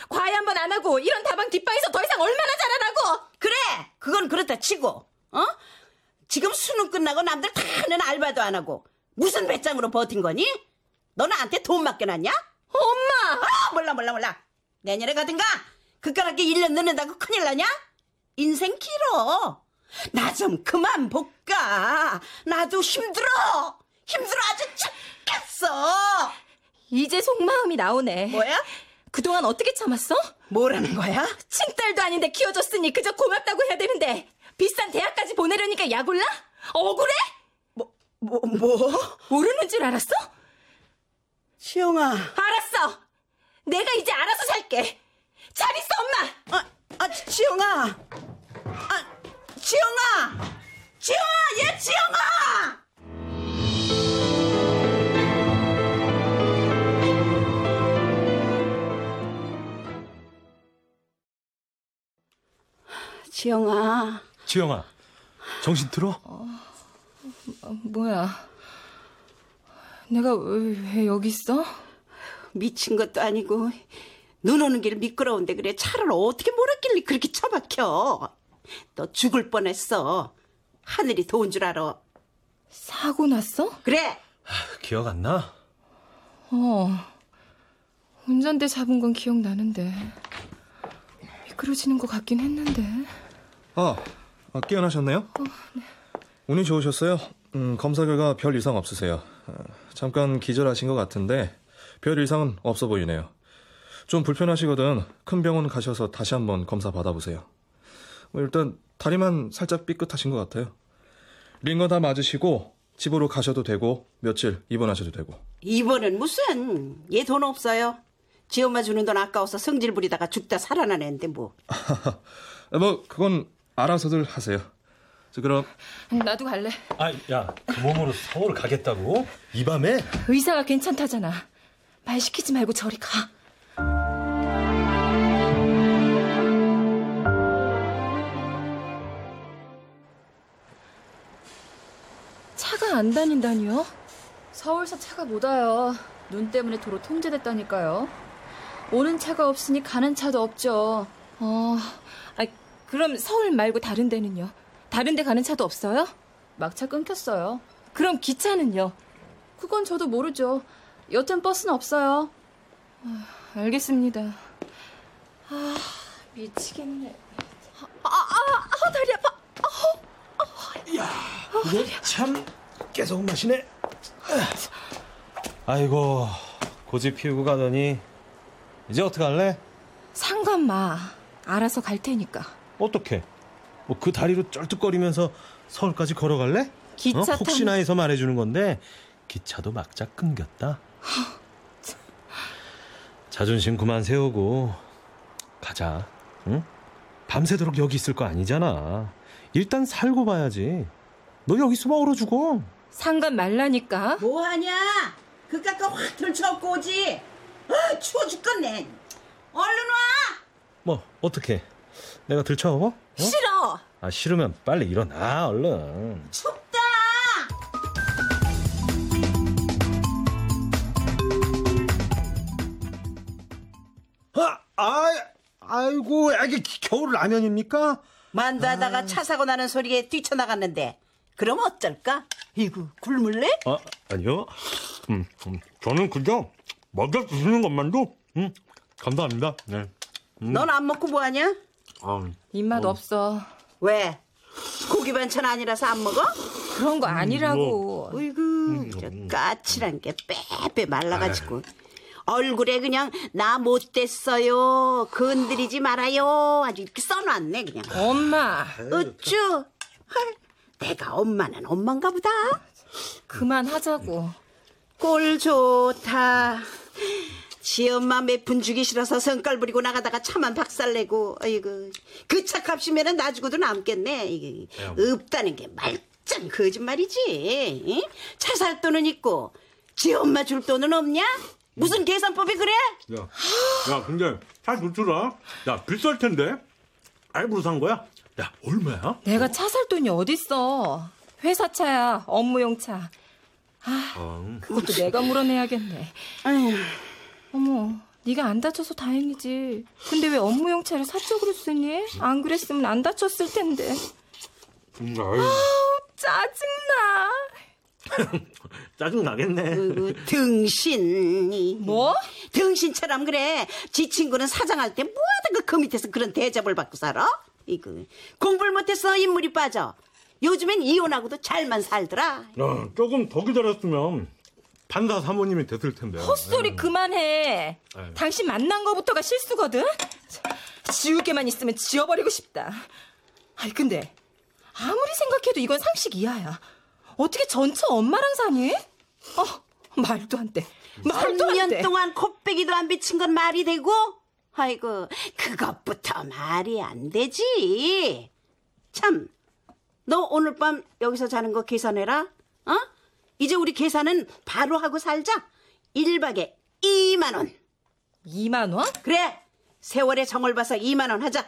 Speaker 4: 과외 한 번 안 하고 이런 다방 뒷방에서 더 이상 얼마나 잘하라고?
Speaker 2: 그래 그건 그렇다 치고 어 지금 수능 끝나고 남들 다는 알바도 안 하고 무슨 배짱으로 버틴 거니 너 나한테 돈 맡겨놨냐 엄마 아 몰라 몰라 몰라 내년에 가든가 그까락게 1년 늦는다고 큰일 나냐 인생 길어 나 좀 그만 볼까 나도 힘들어 힘들어 아주 죽겠어
Speaker 4: 이제 속마음이 나오네.
Speaker 2: 뭐야
Speaker 4: 그동안 어떻게 참았어?
Speaker 2: 뭐라는 거야
Speaker 4: 친딸도 아닌데 키워줬으니 그저 고맙다고 해야 되는데 비싼 대학까지 보내려니까 약올라? 억울해?
Speaker 2: 뭐 뭐?
Speaker 4: 모르는 줄 알았어?
Speaker 2: 시영아
Speaker 4: 알았어. 내가 이제 알아서 살게. 잘 있어 엄마.
Speaker 2: 아, 아, 지- 지영아. 아, 지영아. 지영아, 얘 지영아! 지영아,
Speaker 9: 지영아, 정신 들어?
Speaker 4: 어, 뭐야? 내가 왜, 왜 여기 있어?
Speaker 2: 미친 것도 아니고 눈 오는 길 미끄러운데 그래 차를 어떻게 몰았길래 그렇게 처박혀? 너 죽을 뻔했어. 하늘이 도운 줄 알아.
Speaker 4: 사고 났어?
Speaker 2: 그래,
Speaker 9: 기억 안 나?
Speaker 4: 어. 운전대 잡은 건 기억나는데. 미끄러지는 것 같긴 했는데.
Speaker 13: 아, 아, 깨어나셨나요? 운이 좋으셨어요. 음, 검사 결과 별 이상 없으세요. 어, 잠깐 기절하신 것 같은데 별 이상은 없어 보이네요. 좀 불편하시거든 큰 병원 가셔서 다시 한번 검사 받아보세요. 뭐, 일단 다리만 살짝 삐끗하신 것 같아요. 링거 다 맞으시고 집으로 가셔도 되고 며칠 입원하셔도 되고.
Speaker 2: 이번엔 무슨 얘 돈 없어요. 지 엄마 주는 돈 아까워서 성질 부리다가 죽다 살아난 애인데 뭐.
Speaker 13: 뭐 그건 알아서들 하세요. 저 그럼
Speaker 4: 나도 갈래.
Speaker 9: 아, 야, 그 몸으로 서울 가겠다고? 이 밤에?
Speaker 4: 의사가 괜찮다잖아. 말 시키지 말고 저리 가. 차가 안 다닌다니요?
Speaker 3: 서울서 차가 못 와요. 눈 때문에 도로 통제됐다니까요. 오는 차가 없으니 가는 차도 없죠.
Speaker 4: 어, 아, 그럼 서울 말고 다른 데는요? 다른 데 가는 차도 없어요?
Speaker 3: 막차 끊겼어요.
Speaker 4: 그럼 기차는요?
Speaker 3: 그건 저도 모르죠. 여튼 버스는 없어요. 아,
Speaker 4: 알겠습니다. 아, 미치겠네.
Speaker 9: 참, 계속 마시네. 아이고, 고집 피우고 가더니 이제 어떡할래?
Speaker 4: 상관 마. 알아서 갈 테니까.
Speaker 9: 어떻게? 뭐 그 다리로 쩔뚝거리면서 서울까지 걸어갈래?
Speaker 4: 기차
Speaker 9: 어?
Speaker 4: 타면-
Speaker 9: 혹시나 해서 말해주는 건데 기차도 막자 끊겼다. 자존심 그만 세우고 가자. 응? 밤새도록 여기 있을 거 아니잖아. 일단 살고 봐야지. 너 여기 있으면 얼어 죽어.
Speaker 4: 상관 말라니까.
Speaker 2: 뭐하냐? 그까까 확 들쳐갖고 오지. 어, 추워 죽겠네. 얼른 와.
Speaker 9: 뭐 어떻게? 내가 들쳐오고?
Speaker 4: 싫어.
Speaker 9: 아 싫으면 빨리 일어나 얼른.
Speaker 2: 춥다.
Speaker 9: 아, 아, 아이고, 아, 이게 기- 겨울 라면입니까? 아.
Speaker 2: 만다하다가 차 사고 나는 소리에 뛰쳐나갔는데. 그럼 어쩔까? 이구 굶을래?
Speaker 9: 아, 아니요. 음, 음, 저는 그저 먹여 주시는 것만도 음, 감사합니다. 네. 음.
Speaker 2: 넌 안 먹고 뭐하냐?
Speaker 9: 아,
Speaker 3: 입맛 없어.
Speaker 2: 왜? 고기 반찬 아니라서 안 먹어?
Speaker 3: 그런 거
Speaker 2: 뭐.
Speaker 3: 아니라고.
Speaker 2: 어이구 저 까칠한 게 빼빼 말라가지고 얼굴에 그냥 나 못됐어요 건드리지 말아요 아주 이렇게 써놨네 그냥
Speaker 3: 엄마,
Speaker 2: 어쭈 헐 내가 엄마는 엄만가 보다
Speaker 3: 그만하자고.
Speaker 2: 꼴 좋다 지 엄마 몇 분 주기 싫어서 성깔 부리고 나가다가 차만 박살내고 어이구 그 차 값이면은 나 죽어도 남겠네 이게 없다는 게 말짱 거짓말이지 응? 차살 돈은 있고 지 엄마 줄 돈은 없냐 무슨 계산법이 그래
Speaker 9: 야, 야, 근데 차 줄줄아. 야, 비쌀 텐데. 알고로 산 거야? 야, 얼마야?
Speaker 3: 내가 차 살 돈이 어딨어. 회사 차야, 업무용 차.
Speaker 9: 아,
Speaker 3: 그것도 내가 물어내야겠네.
Speaker 2: 아휴.
Speaker 3: 어머, 네가 안 다쳐서 다행이지. 근데 왜 업무용 차를 사적으로 쓰니? 안 그랬으면 안 다쳤을 텐데.
Speaker 9: 근데 음, 아유,
Speaker 3: 짜증나.
Speaker 9: 짜증 나겠네.
Speaker 2: 그리고 등신이
Speaker 3: 뭐?
Speaker 2: 등신처럼 그래 지 친구는 사장할 때 뭐하다가 그 밑에서 그런 대접을 받고 살아 이거 공부를 못해서 인물이 빠져 요즘엔 이혼하고도 잘만 살더라
Speaker 9: 야, 조금 더 기다렸으면 판사 사모님이 됐을 텐데.
Speaker 4: 헛소리 그만해.
Speaker 9: 아유.
Speaker 4: 당신 만난 거부터가 실수거든. 지우개만 있으면 지워버리고 싶다. 아니 근데 아무리 생각해도 이건 상식 이하야. 어떻게 전처 엄마랑 사니? 어 말도 안 돼. 말도 안
Speaker 2: 3년
Speaker 4: 돼.
Speaker 2: 동안 코빼기도 안 비친 건 말이 되고 아이고 그것부터 말이 안 되지 참 너 오늘 밤 여기서 자는 거 계산해라 어? 이제 우리 계산은 바로 하고 살자 1박에 2만 원
Speaker 4: 2만 원?
Speaker 2: 그래 세월의 정을 봐서 2만 원 하자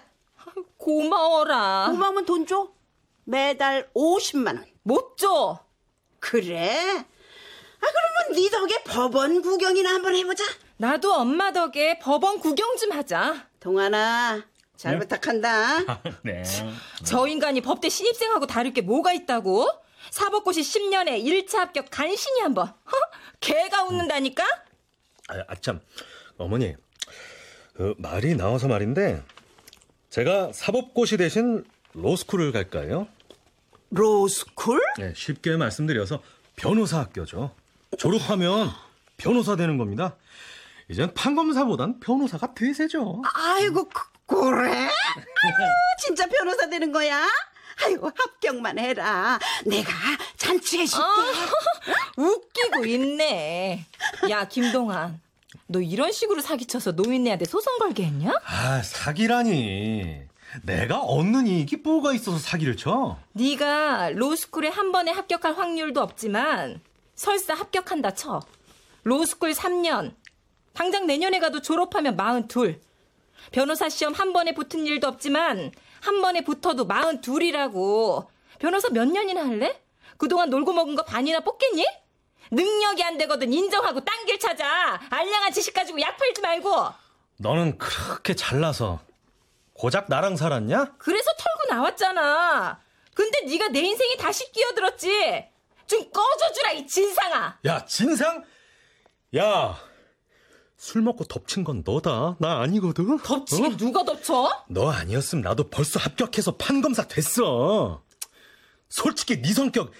Speaker 4: 고마워라.
Speaker 2: 고마우면 돈 줘. 매달 50만 원.
Speaker 4: 못 줘.
Speaker 2: 그래? 아 그러면 네 덕에 법원 구경이나 한번 해보자.
Speaker 4: 나도 엄마 덕에 법원 구경 좀 하자.
Speaker 2: 동아나 잘 부탁한다.
Speaker 11: 네.
Speaker 4: 저 인간이 법대 신입생하고 다를 게 뭐가 있다고? 사법고시 10년에 1차 합격 간신히 한번. 허? 개가 웃는다니까?
Speaker 9: 아, 아, 참. 어머니. 그 말이 나와서 말인데 제가 사법고시 대신 로스쿨을 갈까요?
Speaker 2: 로스쿨?
Speaker 9: 네, 쉽게 말씀드려서 변호사 학교죠. 졸업하면 변호사 되는 겁니다. 이젠 판검사보단 변호사가 대세죠.
Speaker 2: 아이고 그- 그래? 아유 진짜 변호사 되는 거야? 아이고 합격만 해라. 내가 잔치해 줄게.
Speaker 4: 웃기고 있네. 야, 김동환. 너 이런 식으로 사기쳐서 노인네한테 소송 걸게 했냐?
Speaker 9: 아, 사기라니. 내가 얻는 이익이 뭐가 있어서 사기를 쳐?
Speaker 4: 네가 로스쿨에 한 번에 합격할 확률도 없지만 설사 합격한다 쳐. 로스쿨 3년. 당장 내년에 가도 졸업하면 42. 변호사 시험 한 번에 붙은 일도 없지만 한 번에 붙어도 42이라고. 변호사 몇 년이나 할래? 그동안 놀고 먹은 거 반이나 뽑겠니? 능력이 안 되거든 인정하고 딴 길 찾아. 알량한 지식 가지고 약 팔지 말고.
Speaker 9: 너는 그렇게 잘나서 고작 나랑 살았냐?
Speaker 4: 그래서 털고 나왔잖아. 근데 네가 내 인생에 다시 끼어들었지. 좀 꺼져주라 이 진상아.
Speaker 9: 야, 진상? 야, 술 먹고 덮친 건 너다. 나 아니거든.
Speaker 4: 덮치게
Speaker 9: 어?
Speaker 4: 누가 덮쳐?
Speaker 9: 너 아니었으면 나도 벌써 합격해서 판검사 됐어. 솔직히 네 성격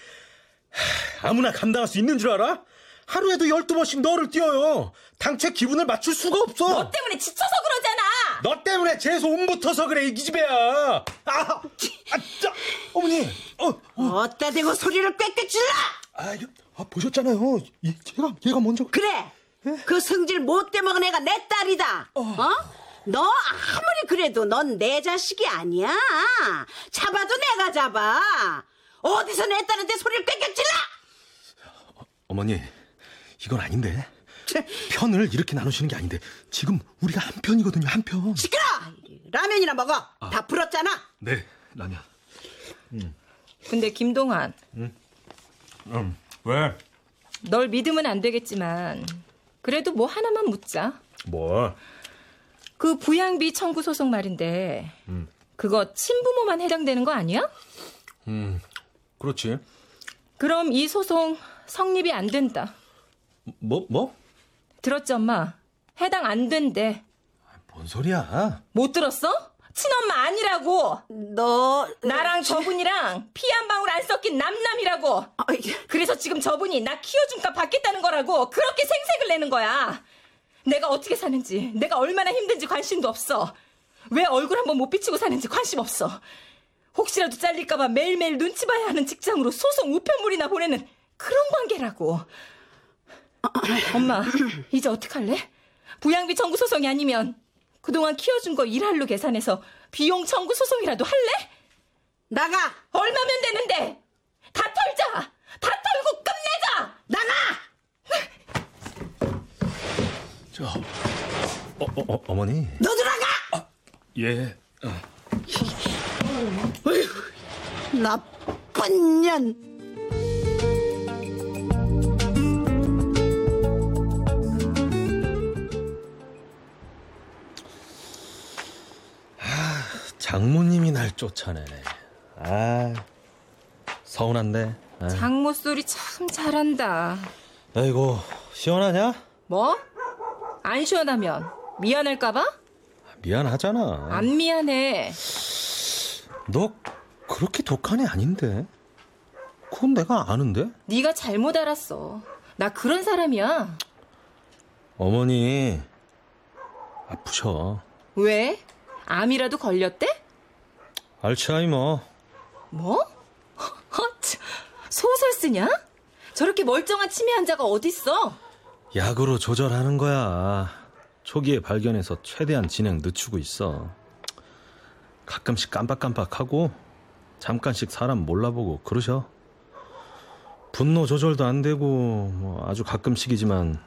Speaker 9: 하, 아무나 감당할 수 있는 줄 알아? 하루에도 12번씩 너를 띄어요. 당최 기분을 맞출 수가 없어.
Speaker 4: 너 때문에 지쳐서 그러잖아.
Speaker 9: 너 때문에 재수 온붙어서 그래 이 기집애야. 아, 아, 짜, 어머니, 어,
Speaker 2: 어따 대고 소리를 꽥꽥 질러!
Speaker 9: 아, 이거, 아, 보셨잖아요. 얘, 가 얘가 먼저.
Speaker 2: 그래 그 성질 못돼 먹은 애가 내 딸이다 어? 너 아무리 그래도 넌 내 자식이 아니야 잡아도 내가 잡아 어디서 내 딸한테 소리를 꽥꽥 질러
Speaker 9: 어머니, 이건 아닌데. 편을 이렇게 나누시는 게 아닌데 지금 우리가 한 편이거든요, 한 편.
Speaker 2: 시끄러 라면이나 먹어 다 불었잖아
Speaker 9: 네, 라면.
Speaker 4: 근데 김동환,
Speaker 9: 음, 왜?
Speaker 4: 널 믿으면 안 되겠지만 그래도 뭐 하나만 묻자.
Speaker 9: 뭘?
Speaker 4: 그 부양비 청구 소송 말인데 그거 친부모만 해당되는 거 아니야?
Speaker 9: 음, 그렇지.
Speaker 4: 그럼 이 소송 성립이 안 된다.
Speaker 9: 뭐, 뭐?
Speaker 4: 들었지 엄마? 해당 안 된대.
Speaker 9: 뭔 소리야?
Speaker 4: 못 들었어? 친엄마 아니라고.
Speaker 2: 너
Speaker 4: 나랑 저분이랑 피 한 방울 안 섞인 남남이라고. 그래서 지금 저분이 나 키워준 값 받겠다는 거라고 그렇게 생색을 내는 거야. 내가 어떻게 사는지, 내가 얼마나 힘든지 관심도 없어. 왜 얼굴 한번 못 비치고 사는지 관심 없어. 혹시라도 잘릴까봐 매일매일 눈치 봐야 하는 직장으로 소송 우편물이나 보내는 그런 관계라고. 엄마, 이제 어떡할래? 부양비 청구 소송이 아니면 그동안 키워준 거 일할로 계산해서 비용 청구 소송이라도 할래?
Speaker 2: 나가!
Speaker 4: 얼마면 되는데? 다 털자! 다 털고 끝내자!
Speaker 2: 나가!
Speaker 9: 저, 어, 어, 어, 어머니.
Speaker 2: 너 들어가!
Speaker 9: 예.
Speaker 2: 나쁜 년.
Speaker 9: 장모님이 날 쫓아내네. 아, 서운한데. 아.
Speaker 3: 장모 소리 참 잘한다.
Speaker 9: 아이고, 시원하냐?
Speaker 4: 뭐? 안 시원하면 미안할까봐?
Speaker 9: 미안하잖아.
Speaker 4: 안 미안해.
Speaker 9: 너 그렇게 독한 애 아닌데. 그건 내가 아는데.
Speaker 4: 네가 잘못 알았어. 나 그런 사람이야.
Speaker 9: 어머니 아프셔.
Speaker 4: 왜? 암이라도 걸렸대?
Speaker 9: 알츠하이머.
Speaker 4: 뭐? 허, 참. 소설 쓰냐? 저렇게 멀쩡한 치매 환자가 어딨어?
Speaker 9: 약으로 조절하는 거야. 초기에 발견해서 최대한 진행 늦추고 있어. 가끔씩 깜빡깜빡하고 잠깐씩 사람 몰라보고 그러셔. 분노 조절도 안 되고 뭐 아주 가끔씩이지만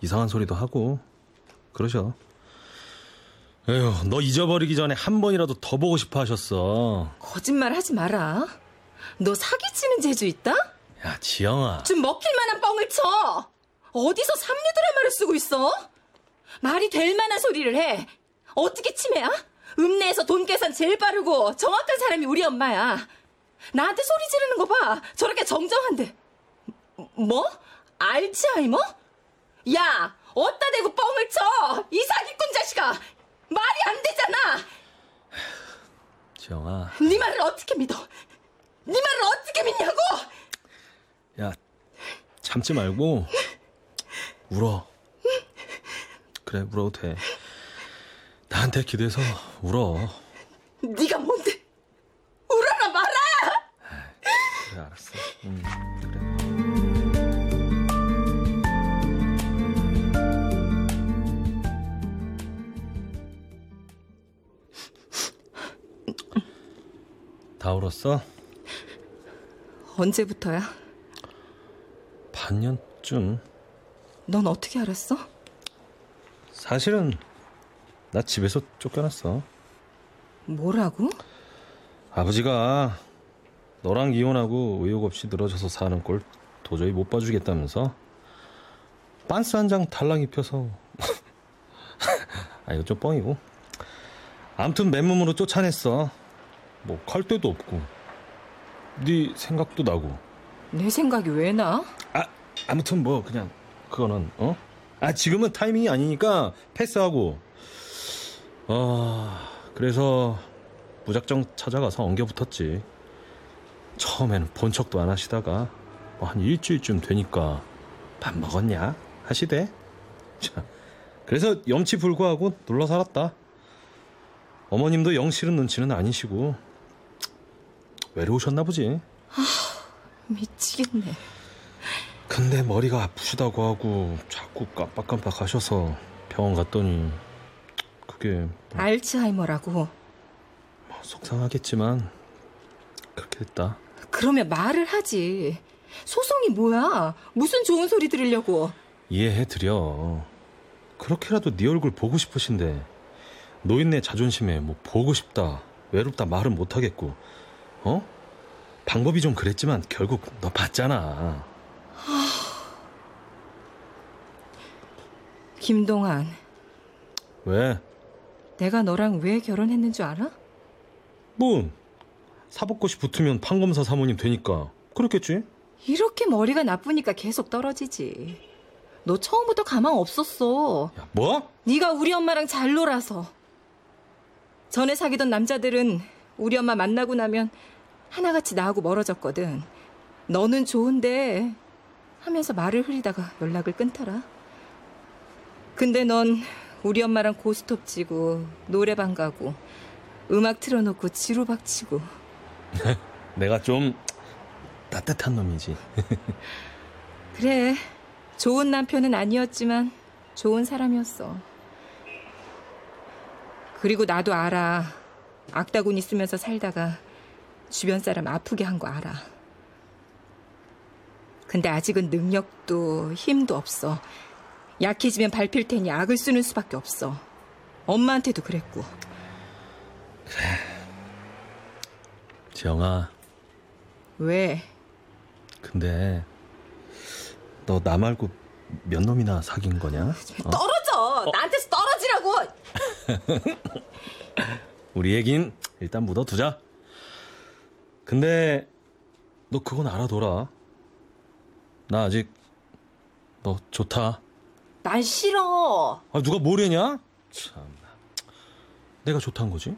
Speaker 9: 이상한 소리도 하고 그러셔. 에휴, 너 잊어버리기 전에 한 번이라도 더 보고 싶어 하셨어.
Speaker 4: 거짓말 하지 마라. 너 사기치는 재주 있다?
Speaker 9: 야, 지영아.
Speaker 4: 좀 먹힐 만한 뻥을 쳐! 어디서 삼류 드라마를 쓰고 있어? 말이 될 만한 소리를 해. 어떻게 치매야? 읍내에서 돈 계산 제일 빠르고 정확한 사람이 우리 엄마야. 나한테 소리 지르는 거 봐. 저렇게 정정한데. 뭐? 알츠하이머? 야, 어따 대고 뻥을 쳐! 이 사기꾼 자식아! 말이 안 되잖아!
Speaker 9: 지영아.
Speaker 4: 네 말을 어떻게 믿어? 네 말을 어떻게 믿냐고!
Speaker 9: 야, 참지 말고 울어. 그래, 울어도 돼. 나한테 기대서 울어.
Speaker 4: 네가 뭔데? 울어라 말아!
Speaker 9: 그래, 알았어. 응, 그래. 다 울었어?
Speaker 4: 언제부터야?
Speaker 9: 반년쯤.
Speaker 4: 넌 어떻게 알았어?
Speaker 9: 사실은 나 집에서 쫓겨났어.
Speaker 4: 뭐라고?
Speaker 9: 아버지가 너랑 이혼하고 의욕 없이 늘어져서 사는 꼴 도저히 못 봐주겠다면서 빤스 한 장 달랑 입혀서 아 이거 좀 뻥이고 암튼 맨몸으로 쫓아냈어 뭐 컬 데도 없고 네 생각도 나고
Speaker 4: 내 생각이 왜 나?
Speaker 9: 아 아무튼 뭐 그냥 그거는 어? 아 지금은 타이밍이 아니니까 패스하고 어 그래서 무작정 찾아가서 엉겨붙었지 처음에는 본 척도 안 하시다가 뭐한 일주일쯤 되니까 밥 먹었냐 하시대 자 그래서 염치 불구하고 놀러 살았다 어머님도 영 싫은 눈치는 아니시고 외로우셨나 보지
Speaker 4: 미치겠네.
Speaker 9: 근데 머리가 아프시다고 하고 자꾸 깜빡깜빡 하셔서 병원 갔더니 그게
Speaker 4: 알츠하이머라고.
Speaker 9: 뭐 속상하겠지만 그렇게 됐다.
Speaker 4: 그러면 말을 하지. 소송이 뭐야? 무슨 좋은 소리 들으려고.
Speaker 9: 이해해 드려. 그렇게라도 네 얼굴 보고 싶으신데 노인네 자존심에 뭐 보고 싶다 외롭다 말은 못 하겠고 어 방법이 좀 그랬지만 결국 너 봤잖아.
Speaker 4: 김동한,
Speaker 9: 왜?
Speaker 4: 내가 너랑 왜 결혼했는 줄 알아?
Speaker 9: 뭐 사법고시 붙으면 판검사 사모님 되니까 그렇겠지?
Speaker 4: 이렇게 머리가 나쁘니까 계속 떨어지지. 너 처음부터 가망 없었어.
Speaker 9: 뭐?
Speaker 4: 네가 우리 엄마랑 잘 놀아서. 전에 사귀던 남자들은 우리 엄마 만나고 나면 하나같이 나하고 멀어졌거든. 너는 좋은데 하면서 말을 흐리다가 연락을 끊더라. 근데 넌 우리 엄마랑 고스톱 치고 노래방 가고 음악 틀어놓고 지루박치고
Speaker 9: 내가 좀 따뜻한 놈이지.
Speaker 4: 그래 좋은 남편은 아니었지만 좋은 사람이었어. 그리고 나도 알아. 악다군 있으면서 살다가 주변 사람 아프게 한 거 알아. 근데 아직은 능력도 힘도 없어. 약해지면 밟힐 테니 악을 쓰는 수밖에 없어. 엄마한테도 그랬고.
Speaker 9: 지영아,
Speaker 4: 왜?
Speaker 9: 근데 너 나 말고 몇 놈이나 사귄 거냐? 어?
Speaker 6: 떨어져! 나한테서 떨어지라고!
Speaker 9: 우리 얘긴 일단 묻어두자. 근데 너 그건 알아둬라. 나 아직 너 좋다.
Speaker 6: 난 싫어.
Speaker 9: 아, 누가 뭐래냐? 참. 내가 좋다는 거지?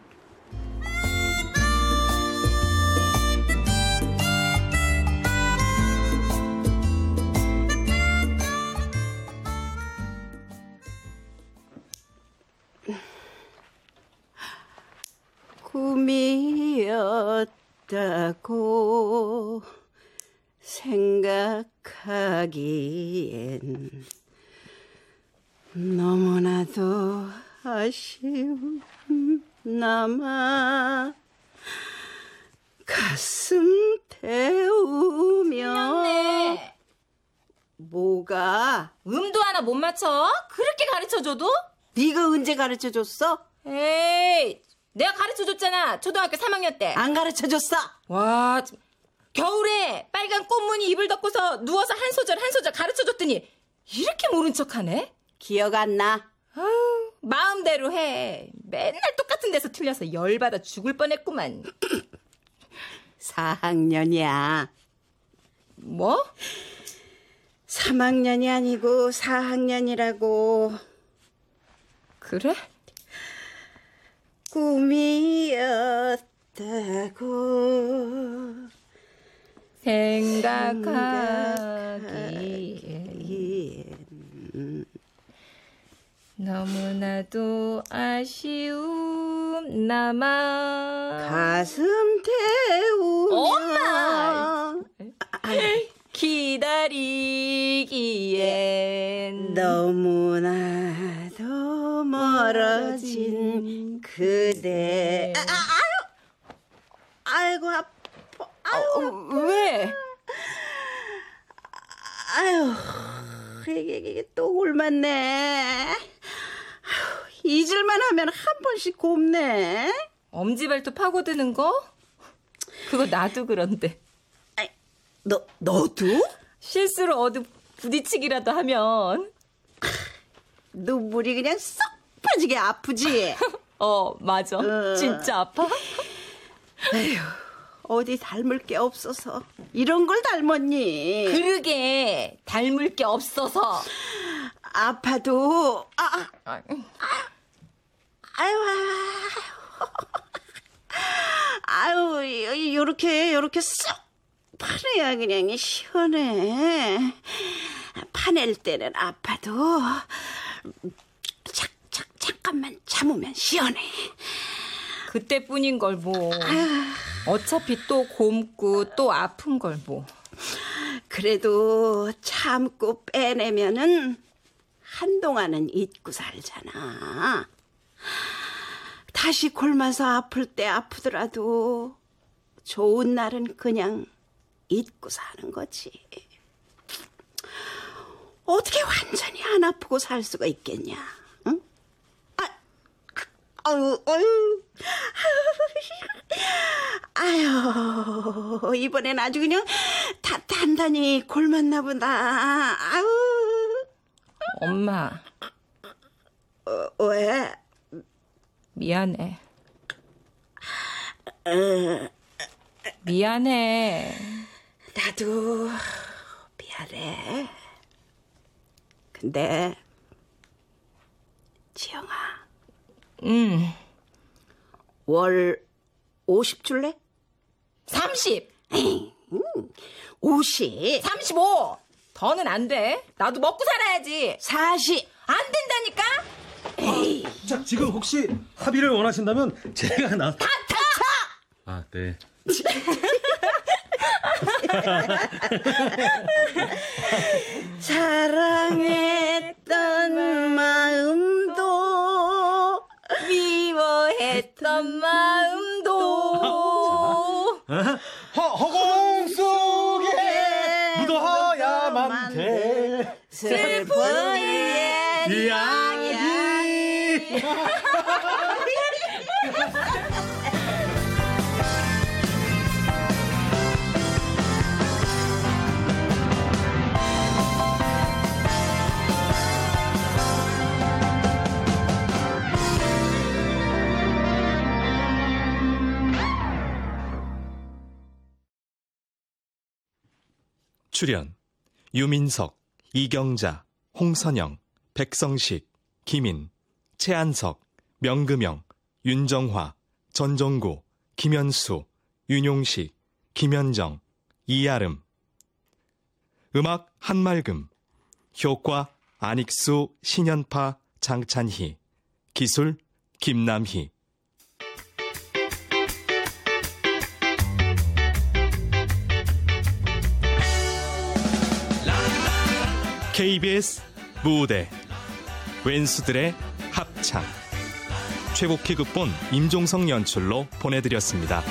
Speaker 2: 꿈이었다고 생각하기엔 너무나도 아쉬움 남아 가슴 태우며
Speaker 4: 네.
Speaker 6: 미안해.
Speaker 2: 뭐가
Speaker 6: 음도 하나 못 맞춰? 그렇게 가르쳐줘도?
Speaker 2: 네가 언제 가르쳐줬어?
Speaker 6: 에이, 내가 가르쳐줬잖아. 초등학교 3학년 때.
Speaker 2: 안 가르쳐줬어
Speaker 6: 와, 참. 겨울에 빨간 꽃무늬 이불 덮고서 누워서 한 소절 한 소절 가르쳐줬더니 이렇게 모른 척하네?
Speaker 2: 기억 안나
Speaker 6: 마음대로 해. 맨날 똑같은 데서 틀려서 열받아 죽을 뻔했구만.
Speaker 2: 4학년이야
Speaker 6: 뭐?
Speaker 2: 3학년이 아니고 4학년이라고
Speaker 6: 그래?
Speaker 2: 꿈이었다고
Speaker 6: 생각하기에 너무나도 아쉬움 남아
Speaker 2: 가슴 태우며
Speaker 6: 엄마! 기다리기엔
Speaker 2: 너무나도 멀어진 그대 아, 아, 아유 아이고 아파
Speaker 6: 왜?
Speaker 2: 아유, 이게, 이게 또 옮았네. 아휴, 잊을만 하면 한 번씩 곱네.
Speaker 4: 엄지발톱 파고드는 거? 그거 나도 그런데.
Speaker 2: 너, 너도?
Speaker 4: 실수로 어디 부딪히기라도 하면
Speaker 2: 눈물이 그냥 쏙 빠지게 아프지?
Speaker 4: 어 맞아 진짜 아파?
Speaker 2: 어디 닮을 게 없어서. 이런 걸 닮았니?
Speaker 6: 그러게 닮을 게 없어서
Speaker 2: 아파도, 아, 아, 아유, 아유, 아유, 이- 요렇게, 요렇게 쏙 파내야 그냥 시원해. 파낼 때는 아파도, 착, 착, 잠깐만 참으면 시원해.
Speaker 4: 그때뿐인 걸 뭐. 어차피 또 곰고 또 아픈 걸 뭐.
Speaker 2: 그래도 참고 빼내면은 한동안은 잊고 살잖아. 다시 골마서 아플 때 아프더라도 좋은 날은 그냥 잊고 사는 거지. 어떻게 완전히 안 아프고 살 수가 있겠냐? 응? 아, 아유, 아유, 아유, 이번엔 아주 그냥 다, 단단히 골맞나 보다. 아유,
Speaker 4: 엄마,
Speaker 2: 어, 왜?
Speaker 4: 미안해. 미안해.
Speaker 2: 나도 미안해. 근데 지영아
Speaker 4: 음,
Speaker 2: 월 50줄래?
Speaker 4: 30,
Speaker 2: 50
Speaker 4: 35. 더는 안 돼. 나도 먹고 살아야지.
Speaker 2: 40
Speaker 4: 안 된다니까?
Speaker 9: 자, 지금 혹시 합의를 원하신다면 제가 나. 다쳐! 아, 네.
Speaker 2: 사랑했던 마음도
Speaker 4: 미워했던 마음도
Speaker 9: 어? 허공 속에 묻어야만 돼.
Speaker 4: 슬픈 일
Speaker 9: 이야기.
Speaker 5: 출연 유민석, 이경자, 홍선영, 백성식, 김인, 최한석, 명금영, 윤정화, 전정구, 김현수, 윤용식, 김현정, 이아름 음악 한말금 효과 안익수, 신현파, 장찬희 기술 김남희 KBS 무대 웬수들의 합창 최복희 극본 임종성 연출로 보내드렸습니다.